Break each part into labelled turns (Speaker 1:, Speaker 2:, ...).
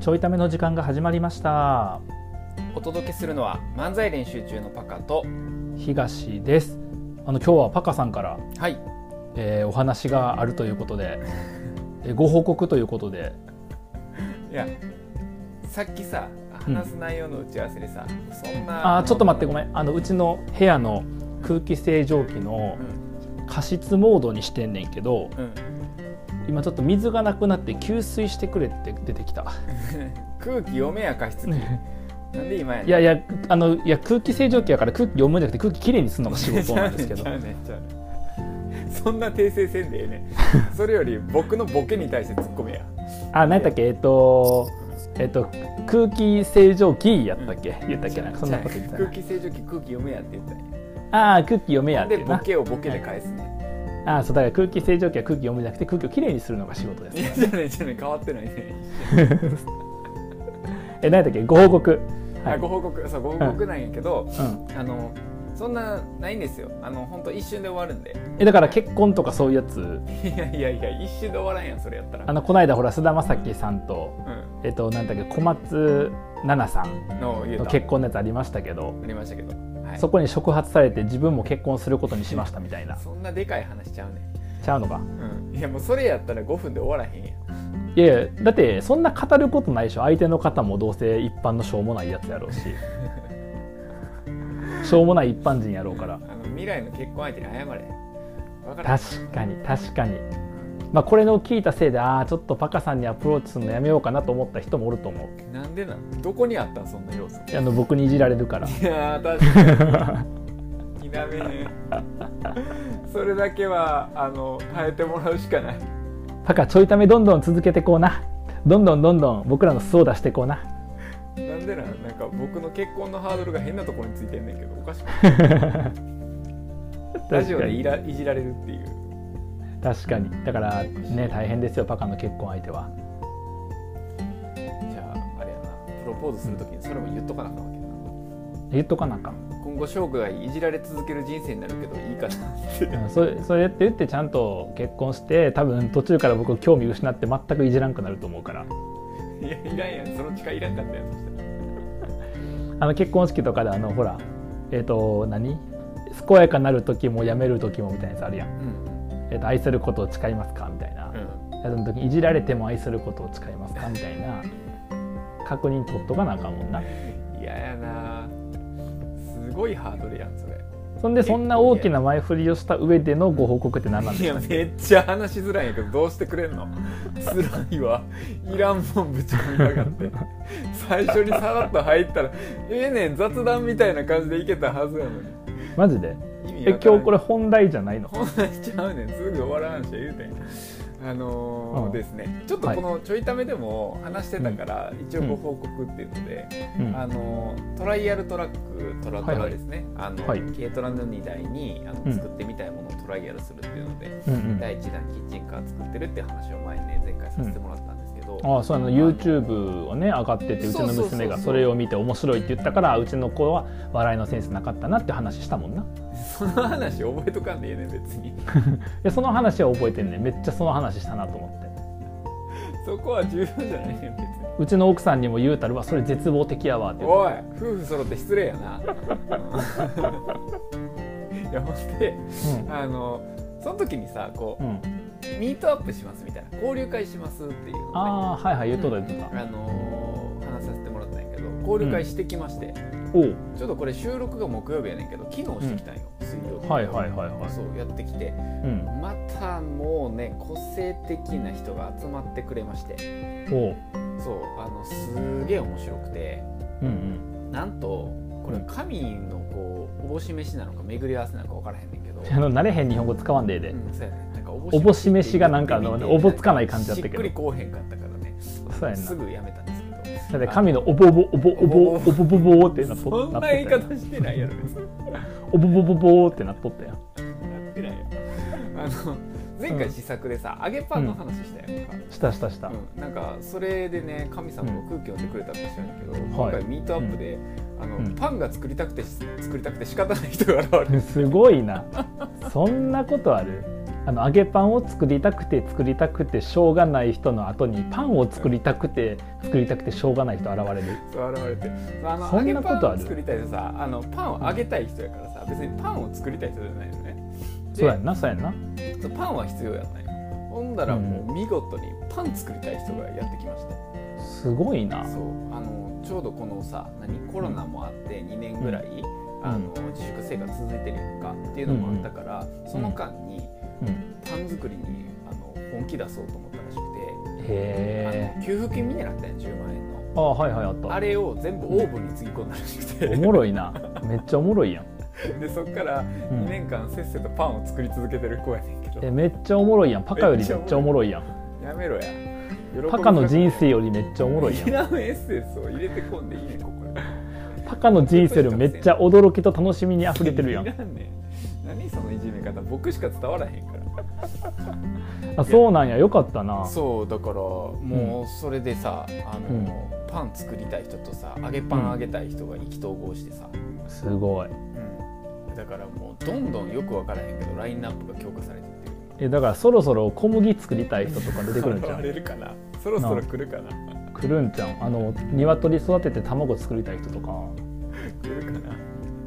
Speaker 1: ちょいための時間が始まりました
Speaker 2: お届けするのは漫才練習中のパカと
Speaker 1: 東ですあの今日はパカさんから、
Speaker 2: はい
Speaker 1: えーお話があるということでえーご報告ということで
Speaker 2: いやさっきさ話す内容の打ち合わせでさ、そんな
Speaker 1: あーちょっと待ってごめ
Speaker 2: ん、
Speaker 1: んあのうちの部屋の空気清浄機の
Speaker 2: うん
Speaker 1: 加湿モードにしてんねんけど
Speaker 2: うん、
Speaker 1: 今ちょっと水がなくなって給水してくれって出てきた
Speaker 2: 空気読めや加湿器なんで今やねん
Speaker 1: いやいやあのいや空気清浄機やから空気読むんじゃなくて空気きれいにするのが仕事なんですけど
Speaker 2: ちゃうねんちゃうねんそんな訂正せんでええね んそれより僕のボケに対してツッコめや
Speaker 1: あ何やったっけえっとえっと空気清浄機やったっけ言ったっけなんかそんなこと言ってた
Speaker 2: 空
Speaker 1: な
Speaker 2: 気清浄機空気読めやって言ったんや
Speaker 1: ああー空気読めやって
Speaker 2: で
Speaker 1: いう
Speaker 2: ボ
Speaker 1: な
Speaker 2: ケをボケで返すね
Speaker 1: ああそうだから空気清浄機は空気読むんじゃなくて空気をきれいにするのが仕事です
Speaker 2: いやじゃあねじゃあね変わってないね
Speaker 1: え何やったっけご報告は
Speaker 2: あ
Speaker 1: い
Speaker 2: ご報告そうご報告なんやけど、
Speaker 1: うん、
Speaker 2: あのそんなないんですよあの本当一瞬で終わるんで
Speaker 1: えだから結婚とかそういうやつ
Speaker 2: いやいやいや一瞬で終わらんやんそれやったら
Speaker 1: あのこないだほら菅田将暉さんと
Speaker 2: う
Speaker 1: えっとなんだっけ小松菜奈さん
Speaker 2: んの言う
Speaker 1: の
Speaker 2: た
Speaker 1: 結婚のやつありましたけど
Speaker 2: ありましたけど、はい、
Speaker 1: そこに触発されて自分も結婚することにしましたみたいな
Speaker 2: そんなでかい話ちゃうね
Speaker 1: ちゃうのか
Speaker 2: ん、うん、いやもうそれやったら5分で終わらへんやん
Speaker 1: いやいやだってそんな語ることないでしょ相手の方もどうせ一般のしょうもないやつやろ うししょうもない一般人やろうから
Speaker 2: あの未来の結婚相手に謝れわからん
Speaker 1: 確かに確かにまあこれの聞いたせいでああちょっとパカさんにアプローチするのやめようかなと思った人もおると思う
Speaker 2: なんでなんどこにあったんそんな 要素
Speaker 1: あの僕にいじられるから
Speaker 2: いやー確かに 否めねえそれだけはあの変えてもらうしかない
Speaker 1: パカちょいためどんどん続けてこうなどんどんどんどん僕らの素を出してこうな
Speaker 2: なんでなんなんか僕の結婚のハードルが変なところについてんねんけどおかしくないラジオでいらいじられるっていう
Speaker 1: 確かにだからね大変ですよパカの結婚相手は
Speaker 2: じゃああれやなプロポーズするときにそれも言っとかなあかんわけやな
Speaker 1: 言っとかなあかん、
Speaker 2: 今後生涯いじられ続ける人生になるけどいいかなって
Speaker 1: うん、それそれって言ってちゃんと結婚して多分途中から僕興味失って全くいじらんくなると思うから
Speaker 2: いやいらんやんその誓いいらんかったやんそしたら
Speaker 1: あの結婚式とかであのほらえっ、と何健やかなる時もやめる時もみたいなやつあるやん、
Speaker 2: うん
Speaker 1: えー、と愛することを誓いますかみたいな、
Speaker 2: うん
Speaker 1: やつの時にいじられても愛することを誓いますかみたい な確認取っとかなあかんもんな
Speaker 2: 嫌ややなすごいハードルやんそれ
Speaker 1: そんでそんな大きな前振りをした上でのご報告って何なん
Speaker 2: い
Speaker 1: です
Speaker 2: や
Speaker 1: か
Speaker 2: めっちゃ話しづらいんやけどどうしてくれんの辛いわいらんもんぶち込みやがって最初にさらっと入ったらええねん雑談みたいな感じでいけたはずやのに
Speaker 1: マジで
Speaker 2: 意味
Speaker 1: え
Speaker 2: わからん
Speaker 1: 今日これ本題じゃないの
Speaker 2: こんなんちゃうねんすぐ終わらんし言うてんあのー
Speaker 1: うん
Speaker 2: ですねちょっとこのちょいためでも話してたから、一応ご報告っていうので、
Speaker 1: うん
Speaker 2: あのートライアルトラックトラトラですね、あの
Speaker 1: はい
Speaker 2: 軽トラの荷台にあの
Speaker 1: うん
Speaker 2: 作ってみたいものをトライアルするっていうので、
Speaker 1: うんうん
Speaker 2: 第1弾キッチンカー作ってるっていう話を前にね前回させてもらったんですけど、
Speaker 1: ああそうあの YouTube をね上がっててうちの
Speaker 2: そうそうそうそう
Speaker 1: 娘がそれを見て面白いって言ったからうちの子は笑いのセンスなかったなって話したもんな
Speaker 2: その話覚えとかんでええねん別 に
Speaker 1: でその話は覚えてんねんめっちゃその話したなと思って
Speaker 2: そこは重要じゃないねん別に
Speaker 1: うちの奥さんにも言うたるわそれ絶望的やわって言って
Speaker 2: おい夫婦揃って失礼や な いやほんであのその時にさこ
Speaker 1: うん、うん、
Speaker 2: うミートアップしますみたいな交流会しますっていうの
Speaker 1: あ
Speaker 2: をね
Speaker 1: あはいはい言うとった言うとっ
Speaker 2: あのー話させてもらったんやけど交流会してきまして、
Speaker 1: たおう
Speaker 2: ちょっとこれ収録が木曜日やねんけど昨日してきたんよ、水曜日
Speaker 1: はいはいはいはい
Speaker 2: そうやってきて
Speaker 1: うん
Speaker 2: またもうね個性的な人が集まってくれまして
Speaker 1: おう
Speaker 2: そうあのすげえ面白くて
Speaker 1: うん
Speaker 2: なんとこれ
Speaker 1: うん
Speaker 2: 神のこうおぼし飯なのか巡り合わせなのか分からへんねんけど、
Speaker 1: うんあの慣れへん日本語使わんでええで、
Speaker 2: うんそうやねなんか
Speaker 1: おぼし飯がなんかあの
Speaker 2: って
Speaker 1: おぼつかない感じだったけど
Speaker 2: しっくりこうへんかったからね
Speaker 1: そうやんな
Speaker 2: すぐやめたんですけど
Speaker 1: だって神のおぼぼおぼおぼおぼぼぼってなっと
Speaker 2: そん
Speaker 1: なっと
Speaker 2: な
Speaker 1: った
Speaker 2: 言い
Speaker 1: やん
Speaker 2: 方してないやろ別に
Speaker 1: おぼぼぼぼってなっとったやん
Speaker 2: やってないやろあの前回試作でさ揚げパンの話したやんか、
Speaker 1: したしたした、
Speaker 2: うん、なんかそれでね神様が空気を読んでくれたってしたんだけど、今
Speaker 1: はい
Speaker 2: 回ミートアップで、あの
Speaker 1: うん
Speaker 2: パンが作りたくて作りたくて仕方ない人が現れる
Speaker 1: すごいなそんなことあるあの揚げパンを作りたくて作りたくてしょうがない人の後にパンを作りたくて作りたくてしょうがない人現れる
Speaker 2: そう現れてあの
Speaker 1: そ
Speaker 2: 揚
Speaker 1: ん
Speaker 2: げ
Speaker 1: なこと
Speaker 2: パ
Speaker 1: ある
Speaker 2: ンを作りたいとさあのパンを揚げたい人やからさ別にパンを作りたい人じゃないのねで
Speaker 1: そうやんなそうやんな
Speaker 2: そうパンは必要やったんよほんだらもう見事にパン作りたい人がやってきました、
Speaker 1: すごいな
Speaker 2: そうあのちょうどこのさ何コロナもあって2年ぐらい、あの自粛生活続いてるやんかっていうのもあったから、その間に
Speaker 1: うん
Speaker 2: パン作りにあの本気出そうと思ったらしくて、
Speaker 1: へえ
Speaker 2: あの給付金みたいなのあったんや10万円
Speaker 1: あ
Speaker 2: の
Speaker 1: はいはいあった
Speaker 2: あれを全部オーブンにつぎ込んだらしくて
Speaker 1: おもろいなめっちゃおもろいやん、
Speaker 2: でそっから
Speaker 1: う
Speaker 2: 2
Speaker 1: ん、
Speaker 2: 年間せっせとパンを作り続けてる子やねんけど
Speaker 1: えめっちゃおもろいやんパカよりめっちゃおもろいやん
Speaker 2: やめろや
Speaker 1: パカの人生よ
Speaker 2: を
Speaker 1: りめっちゃおもろいや
Speaker 2: い
Speaker 1: ん
Speaker 2: らんエッセンスを入れてこんでいいねんここ
Speaker 1: パカの人生よりめっちゃ驚きと楽しみに溢れてるや
Speaker 2: い
Speaker 1: ん
Speaker 2: らんねん何そのいじめ方僕しか伝わらへんから
Speaker 1: あそうなんやよかったな
Speaker 2: そうだからもうそれでさあの、
Speaker 1: うん
Speaker 2: パン作りたい人とさ揚げパン揚げたい人が意気投合してさ、
Speaker 1: すごい
Speaker 2: うんだからもうどんどんよく分からへんけどラインナップが強化されてって
Speaker 1: え
Speaker 2: る
Speaker 1: だからそろそろ小麦作りたい人とか出てくる んじゃ
Speaker 2: 現
Speaker 1: ん
Speaker 2: れるかなそろそろ来るかな
Speaker 1: 来るんじゃんあの鶏育てて卵作りたい人とか、
Speaker 2: 来るか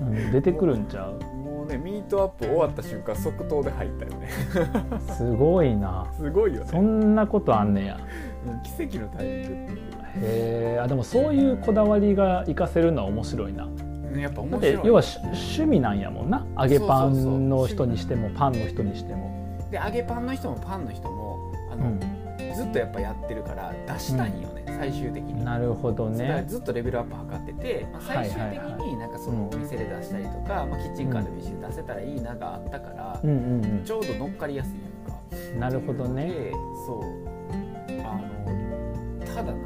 Speaker 2: な
Speaker 1: うん出てくるんちゃう
Speaker 2: もうねミートアップ終わった瞬間即答で入ったよね
Speaker 1: すごいな
Speaker 2: すごいよ
Speaker 1: そ
Speaker 2: ね
Speaker 1: んなことあんねや
Speaker 2: うん奇跡のタイミングって
Speaker 1: へえあでもそういうこだわりが活かせるのは面白いな
Speaker 2: いうねやっ
Speaker 1: だ
Speaker 2: ぱ
Speaker 1: っ
Speaker 2: 面白い
Speaker 1: て要はし趣味なんやもんな揚げパ
Speaker 2: そうそうそう
Speaker 1: ンの人にしてもパンの人にしても、
Speaker 2: で揚げパンの人もパンの人もあ
Speaker 1: う
Speaker 2: の、
Speaker 1: ん、
Speaker 2: ずっとやっぱやってるから出したいんよね、最終的に
Speaker 1: なるほど
Speaker 2: そうだから
Speaker 1: ね
Speaker 2: ずっとレベルアップ測ってて、まあ
Speaker 1: はいはい
Speaker 2: 最
Speaker 1: はい
Speaker 2: 終的になんかそのお店で出したりとか、まあ、キッチンカーでも一緒に出せたらいいながあったから
Speaker 1: う、んうん
Speaker 2: ちょうど乗っかりやすいやんか
Speaker 1: うんなるほどね
Speaker 2: でそうあのただな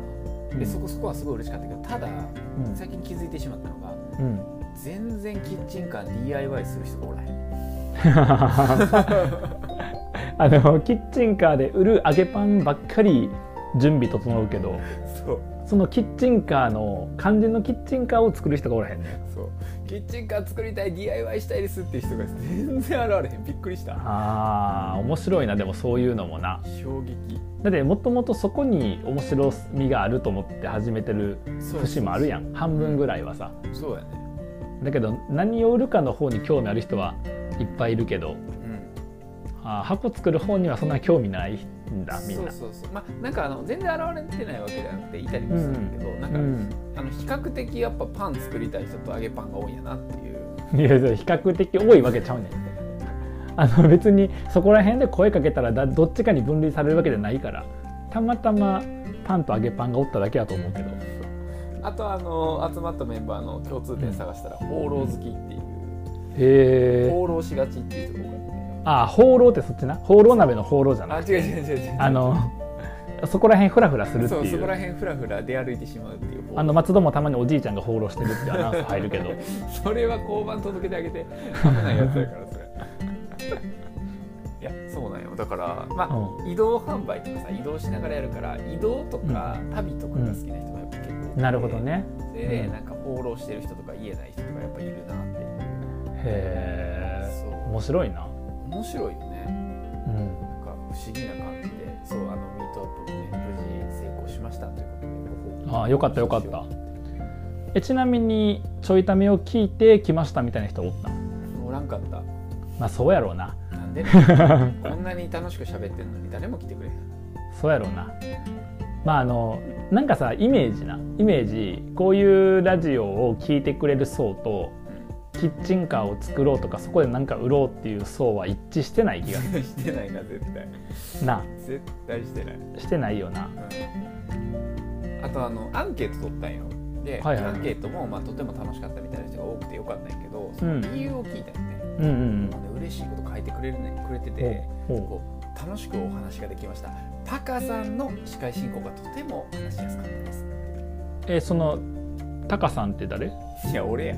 Speaker 2: でそこそこはすごい嬉しかったけどただ
Speaker 1: うん
Speaker 2: 最近気づいてしまったのが
Speaker 1: うん
Speaker 2: 全然キッチンカー DIY する人がおらへん
Speaker 1: あのキッチンカーで売る揚げパンばっかり準備整うけど
Speaker 2: そう
Speaker 1: そのキッチンカーの肝心のキッチンカーを作る人がおらへんね
Speaker 2: そうキッチンカー作りたい DIY したいですっていう人が全然現れへんびっくりした
Speaker 1: あー面白いなでもそういうのもな
Speaker 2: 衝撃
Speaker 1: だってもともとそこに面白みがあると思って始めてる
Speaker 2: そう
Speaker 1: 節もあるやん半分ぐらいはさ
Speaker 2: そうやね
Speaker 1: だけど何を売るかの方に興味ある人はいっぱいいるけど
Speaker 2: うん
Speaker 1: あー箱作る方にはそんな興味ないんだみんな
Speaker 2: そうそうそうまあなんかあの全然現れてないわけじゃなくていたりもするけど、なんか、
Speaker 1: うん
Speaker 2: あの比較的やっぱパン作りたい人と揚げパンが多いんやなっていう
Speaker 1: い やいや比較的多いわけちゃうねんあの別にそこら辺で声かけたらだどっちかに分類されるわけじゃないからたまたまパンと揚げパンがおっただけだと思うけど
Speaker 2: あとあの集まったメンバーの共通点探したら放浪好きっていう
Speaker 1: へえ
Speaker 2: 放浪しがちっていうところが
Speaker 1: ああ放浪ってそっちな放浪鍋の放浪じゃ
Speaker 2: あ
Speaker 1: な
Speaker 2: っ
Speaker 1: い
Speaker 2: てあ違う違う違う違う
Speaker 1: あのそこら辺フラフラするって
Speaker 2: そう
Speaker 1: い
Speaker 2: そうこら辺フラフラ出歩いてしまうっていう
Speaker 1: あの松戸もたまにおじいちゃんが放浪してるってアナウンス入るけ ど
Speaker 2: それは交番届けてあげて危ないやつやからそれ いやそうなんよだからまあ、
Speaker 1: う
Speaker 2: 移動販売とかさ移動しながらやるから移動とか、旅とかが好きな人がやっぱ結構多くて
Speaker 1: なるほどね
Speaker 2: で、ね
Speaker 1: うん
Speaker 2: なんか放浪してる人とか言えない人とかやっぱいるなっていう
Speaker 1: へえ
Speaker 2: そう
Speaker 1: 面白いな、
Speaker 2: 面白いよね
Speaker 1: うん
Speaker 2: なんか不思議な感じでそうあのミートアップもね無事成功しましたということでご報告
Speaker 1: ああよかったよかったえちなみにちょいためを聞いて来ましたみたいな人おった
Speaker 2: おらんかった
Speaker 1: まあそうやろうな
Speaker 2: なん でこんなに楽しく喋ってんのに誰も来てくれへん
Speaker 1: そうやろうなまああのなんかさイメージなイメージこういうラジオを聞いてくれる層とキッチンカーを作ろうとかそこで何か売ろうっていう層は一致してない気がす
Speaker 2: してないな絶対
Speaker 1: るな
Speaker 2: 絶対してない、
Speaker 1: してないよな
Speaker 2: うんあとあのアンケート取ったんよで、
Speaker 1: はいはいはい
Speaker 2: アンケートも、まあ、とても楽しかったみたいな人が多くてよかったんやけどその理由を聞いたよね、
Speaker 1: うんうん
Speaker 2: もうね嬉しいこと書いてくれるねくれてて
Speaker 1: ほうほ
Speaker 2: こう楽しくお話ができましたパカさんの司会進行がとても話しやすかったです
Speaker 1: えそのタカさんって誰
Speaker 2: いや 俺や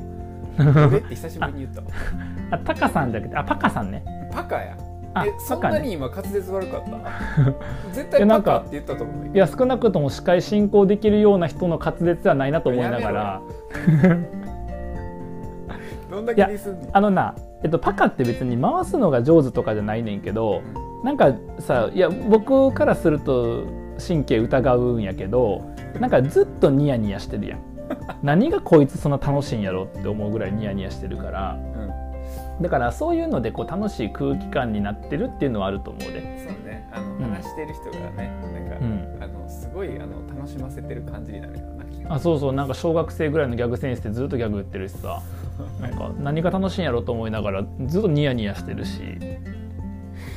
Speaker 2: 俺って久しぶりに言ったわ
Speaker 1: あタカさんじゃなくてあパカさんね
Speaker 2: パカや
Speaker 1: あ
Speaker 2: えそ
Speaker 1: パ
Speaker 2: ん
Speaker 1: カ
Speaker 2: な
Speaker 1: ね
Speaker 2: に今滑舌悪か った絶
Speaker 1: いや
Speaker 2: 対
Speaker 1: な
Speaker 2: パ
Speaker 1: んか
Speaker 2: カって言ったと思うんだけど
Speaker 1: いや少なくとも司会進行できるような人の滑舌ではないなと思いながら
Speaker 2: どんだ
Speaker 1: い
Speaker 2: け
Speaker 1: や
Speaker 2: ディスんねん
Speaker 1: あのなえっと、パカって別に回すのが上手とかじゃないねんけどなんかさいや僕からすると神経疑うんやけどなんかずっとニヤニヤしてるやん何がこいつそんな楽しいんやろって思うぐらいニヤニヤしてるから
Speaker 2: うん
Speaker 1: だからそういうのでこう楽しい空気感になってるっていうのはあると思うで
Speaker 2: そうねあの、
Speaker 1: ん
Speaker 2: 話してる人がねなんか、
Speaker 1: うん
Speaker 2: あのすごいあの楽しませてる感じになるよなきっと
Speaker 1: あそうそうなんか小学生ぐらいのギャグセンスでずっとギャグ言ってるし さなんか何が楽しいんやろと思いながらずっとニヤニヤしてるし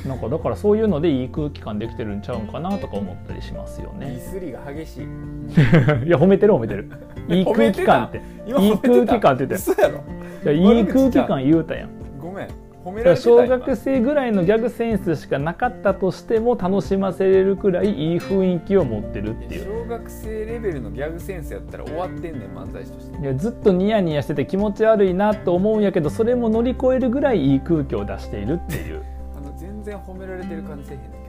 Speaker 1: なんかだからそういうのでいい空気感できてるんちゃうんかなとか思ったりしますよ
Speaker 2: ディ
Speaker 1: ね
Speaker 2: スりが激しい
Speaker 1: いや褒めて る褒めてるいい空気感って
Speaker 2: 今
Speaker 1: いい
Speaker 2: 褒めてた
Speaker 1: 空気感って言って
Speaker 2: 嘘やろ
Speaker 1: いやいい空気感言うたやん
Speaker 2: ごめん褒め
Speaker 1: だから
Speaker 2: られてた今
Speaker 1: 小学生ぐらいのギャグセンスしかなかったとしても楽しませれるくらいいい雰囲気を持ってるって
Speaker 2: い
Speaker 1: い
Speaker 2: や
Speaker 1: う
Speaker 2: 小学生レベルのギャグセンスやったら終わってんねん漫才師として
Speaker 1: いやずっとニヤニヤしてて気持ち悪いなと思うんやけどそれも乗り越えるぐらいいい空気を出しているっていうい
Speaker 2: あの全然褒められてる感じせえへんねんけど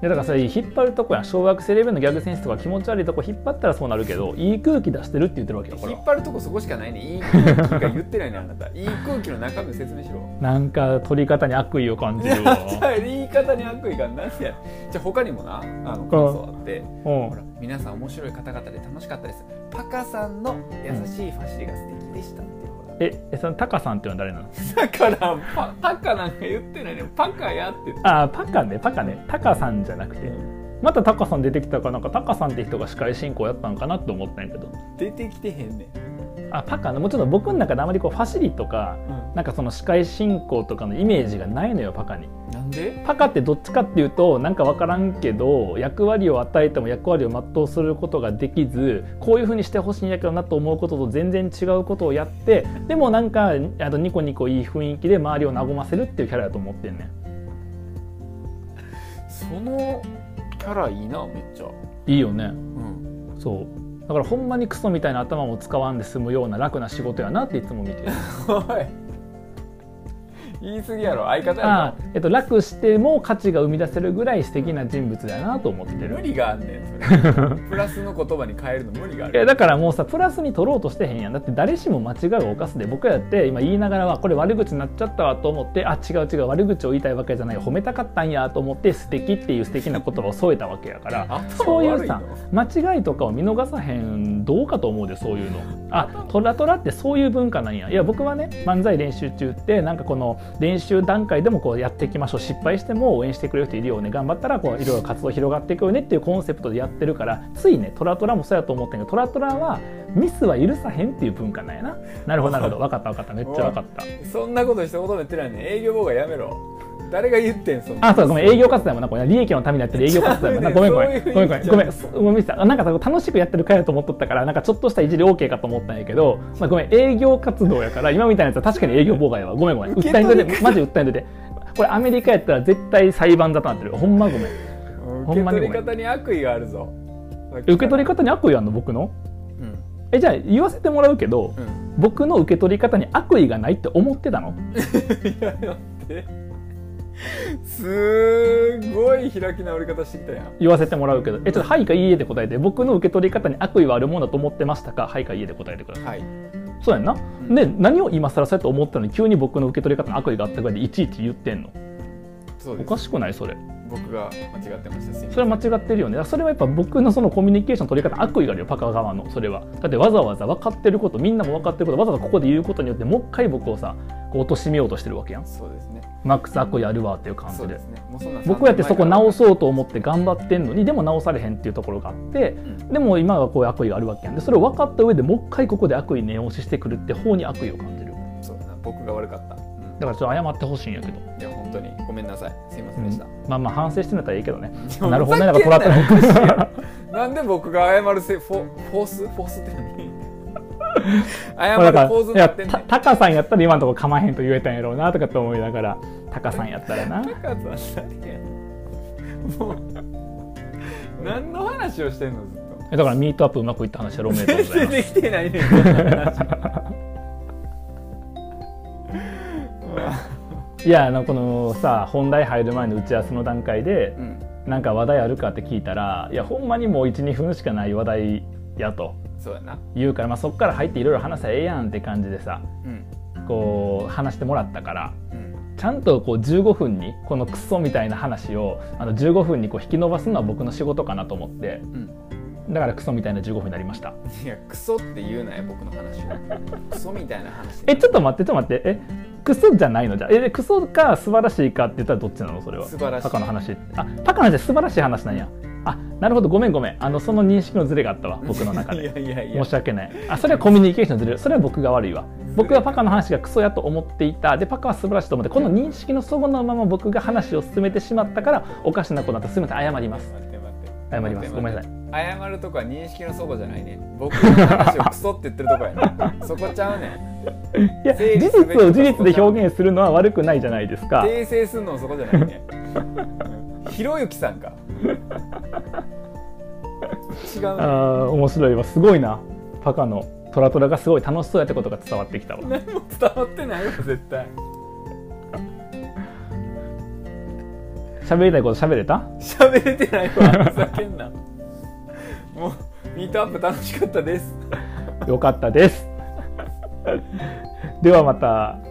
Speaker 1: やだからそれ引っ張るとこやん小学生レベルのギャグセンスとか気持ち悪いとこ引っ張ったらそうなるけどいい空気出してるって言ってるわけよこれ
Speaker 2: 引
Speaker 1: は
Speaker 2: っ張るとこそこしかないねんいい空気が言ってないねんあ なたいい空気の中身を説明しろ
Speaker 1: なんか取り方に悪意を感
Speaker 2: い
Speaker 1: じ
Speaker 2: や
Speaker 1: る
Speaker 2: じ
Speaker 1: わ
Speaker 2: ゃあ 言い方に悪意がなんやじゃあ他にもなあの感想あって
Speaker 1: う
Speaker 2: ほら皆さん面白い方々で楽しかったですパカさんの優しいファシリが素敵でしたっていうほら
Speaker 1: んええそのタカさんっていうのは誰なの
Speaker 2: だからパパカなんか言ってないねんパカやって
Speaker 1: あーパカねパカねタカさんじゃなくてまたタカさん出てきたからなんかタカさんって人が司会進行やったんかなって思ったんやけど
Speaker 2: 出てきてへんねん、
Speaker 1: あパカねもうちょっと僕の中であまりこうファシリとかなんかその司会進行とかのイメージがないのよパカに
Speaker 2: なんで
Speaker 1: パカってどっちかっていうとなんか分からんけど役割を与えても役割を全うすることができずこういうふうにしてほしいんやけどなと思うことと全然違うことをやってでもなんかあとニコニコいい雰囲気で周りを和ませるっていうキャラだと思ってんねん
Speaker 2: そのキャラいいなめっちゃ
Speaker 1: いいよね
Speaker 2: うん
Speaker 1: そうだからほんまにクソみたいな頭も使わんで済むような楽な仕事やなっていつも見てる
Speaker 2: おい言い過ぎやろ相方
Speaker 1: あ
Speaker 2: や
Speaker 1: あ、えっと、楽しても価値が生み出せるぐらい素敵な人物だなと思って
Speaker 2: ろ無
Speaker 1: る
Speaker 2: 理があんねんそ れプラスの言葉に変えるの無理があ
Speaker 1: いや
Speaker 2: る
Speaker 1: だからもうさプラスに取ろうとしてへんやんだって誰しも間違いを犯すで僕やって今言いながらはこれ悪口になっちゃったわと思ってあ違う違う悪口を言いたいわけじゃない褒めたかったんやと思って素敵っていう素敵な言葉を添えたわけやから
Speaker 2: 頭
Speaker 1: そうい
Speaker 2: 悪
Speaker 1: う
Speaker 2: いの
Speaker 1: さ間違いとかを見逃さへんどうかと思うでそういうのあトラトラってそういう文化なんやいや僕はね漫才練習中ってなんかこの練習段階でもこうやっていきましょう失敗しても応援してくれる人いるよね頑張ったらこういろいろ活動広がっていくよねっていうコンセプトでやってるからついねトラトラもそうやと思ってんけどトラトラはミスは許さへんっていう文化なんやななるほどなるほど分かった分かっためっちゃ分かった
Speaker 2: そんなこと一言も言ってないねん営業妨害やめろ誰が言ってんそんな
Speaker 1: あ、そうだごめん、営業活動やもんな、これな利益のためにやってる営業活動やもんな、
Speaker 2: ち
Speaker 1: ご
Speaker 2: ゃう
Speaker 1: め
Speaker 2: ね
Speaker 1: ん、ごめん、
Speaker 2: そういう
Speaker 1: ごめん、ごめん、
Speaker 2: 意味
Speaker 1: ごめん、
Speaker 2: ち
Speaker 1: すごめん、ミスったあなんかさ、楽しくやってる会やと思っとったから、なんかちょっとしたいじり OK かと思ったんやけど、まあ、ごめん、営業活動やから、今みたいなやつは確かに営業妨害は、ごめん、ごめん、
Speaker 2: 受け
Speaker 1: 訴えんと
Speaker 2: 取
Speaker 1: い
Speaker 2: り
Speaker 1: て、マジで訴えんといて。これアメリカやったら絶対裁判沙汰になってる。ほんまごめん。
Speaker 2: 受
Speaker 1: ほ
Speaker 2: け
Speaker 1: んまに
Speaker 2: 取
Speaker 1: ごめ
Speaker 2: り
Speaker 1: ん
Speaker 2: 方に悪意があるぞ
Speaker 1: 受け取り方に悪意あんの僕の
Speaker 2: うん
Speaker 1: え、じゃあ言わせてもらうけど、
Speaker 2: うん
Speaker 1: 僕の受け取り方に悪意がないって思ってたの
Speaker 2: いや待ってすーごい開き直り方してきたやん
Speaker 1: 言わせてもらうけど、え、ちょっとはいかいいえで答えて、僕の受け取り方に悪意はあるものだと思ってましたかはいかいいえで答えてください。
Speaker 2: はい
Speaker 1: そうやんな、
Speaker 2: ん
Speaker 1: で何を今更そうやって思ったのに急に僕の受け取り方の悪意があったぐらいでいちいち言ってんの
Speaker 2: そう
Speaker 1: お
Speaker 2: です
Speaker 1: かしくないそれ
Speaker 2: 僕が間違ってましたすいません
Speaker 1: それは間違ってるよねだからそれはやっぱ僕のそのコミュニケーションの取り方悪意があるよパカ側のそれはだってわざわざ分かってることみんなも分かってることわざわざここで言うことによってもう一回僕をさこう貶めようとしてるわけやん
Speaker 2: そうですね
Speaker 1: マックス悪意あるわっていう感
Speaker 2: そう
Speaker 1: じ
Speaker 2: で
Speaker 1: です
Speaker 2: ねもうそんなん
Speaker 1: 僕やってそこ直
Speaker 2: す
Speaker 1: そうと思って頑張ってんのにでも直されへんっていうところがあってでも今はこういう悪意があるわけやんでそれを分かった上でもう一回ここで悪意念押ししてくるって方に悪意を感じる
Speaker 2: そうだな僕が悪かった、うん
Speaker 1: だからちょっと謝ってほしいんやけど
Speaker 2: いや本当にごめんなさいすいませ
Speaker 1: うん
Speaker 2: でした、
Speaker 1: んまあまあ反省してんだったらいいけどね
Speaker 2: いや
Speaker 1: なるほどね
Speaker 2: ふ
Speaker 1: なん
Speaker 2: ざ
Speaker 1: か
Speaker 2: け
Speaker 1: ト
Speaker 2: な
Speaker 1: ラ
Speaker 2: よ
Speaker 1: トラ
Speaker 2: なんで僕が謝るせフォフォースフォースって
Speaker 1: まあ
Speaker 2: 何
Speaker 1: だ
Speaker 2: 謝
Speaker 1: か
Speaker 2: るポー
Speaker 1: ら
Speaker 2: ズに
Speaker 1: い
Speaker 2: な
Speaker 1: や
Speaker 2: ってんね
Speaker 1: た
Speaker 2: ん
Speaker 1: タカさんやったら今のところかまへんと言えたんやろうなとかって思いながらタカさんやったらな
Speaker 2: 高田さんやもう何の話をしてんのずっと
Speaker 1: えだからミートアップうまくいった話やろうめでとう
Speaker 2: 全
Speaker 1: ございま
Speaker 2: 然
Speaker 1: す
Speaker 2: できてないねんこんな話
Speaker 1: いやあのこのさ本題入る前の打ち合わせの段階で
Speaker 2: うん
Speaker 1: なんか話題あるかって聞いたらいやほんまにもう12分しかない話題やと
Speaker 2: そうやな
Speaker 1: 言うから、まあ、そこから入っていろいろ話せばええやんって感じでさ
Speaker 2: うん
Speaker 1: こう話してもらったから
Speaker 2: うん
Speaker 1: ちゃんとこう15分にこのクソみたいな話をあの15分にこう引き伸ばすのは僕の仕事かなと思って
Speaker 2: うん
Speaker 1: だからクソみたいな15分になりました
Speaker 2: いやクソって言うなよ僕の話はクソみたいな話
Speaker 1: えちょっと待ってちょっと待ってえクソじゃないのじゃあえでクソか素晴らしいかって言ったらどっちなのそれは
Speaker 2: 素晴らしい
Speaker 1: タカの話あタカの話素晴らしい話なんやあなるほどごめんごめんあのその認識のズレがあったわ僕の中
Speaker 2: い
Speaker 1: で
Speaker 2: やいやいや
Speaker 1: 申し訳ないあそれはコミュニケーションのズレそれは僕が悪いわ僕はパカの話がクソやと思っていたでパカは素晴らしいと思ってこの認識のそごのまま僕が話を進めてしまったからおかしなことになったすみません謝ります
Speaker 2: 待って待って
Speaker 1: 謝りますごめんなさい
Speaker 2: い謝るとこは認識のそこじゃないね僕の話をクソって言ってるとこやねそこちゃうねん
Speaker 1: いや
Speaker 2: 整理
Speaker 1: 事
Speaker 2: すべき
Speaker 1: 実を事実で表現するのは悪くないじゃないですか
Speaker 2: 訂正するのもそこじゃないねひろゆきさんか違う
Speaker 1: あ
Speaker 2: ね
Speaker 1: ー面白いわすごいなパカのトラトラがすごい楽しそうやってことが伝わってきたわ
Speaker 2: 何も伝わってないわ絶対
Speaker 1: 喋りたいこと喋れた
Speaker 2: 喋れてないわふざけんなもうミートアップ楽しかったです
Speaker 1: よかったですではまた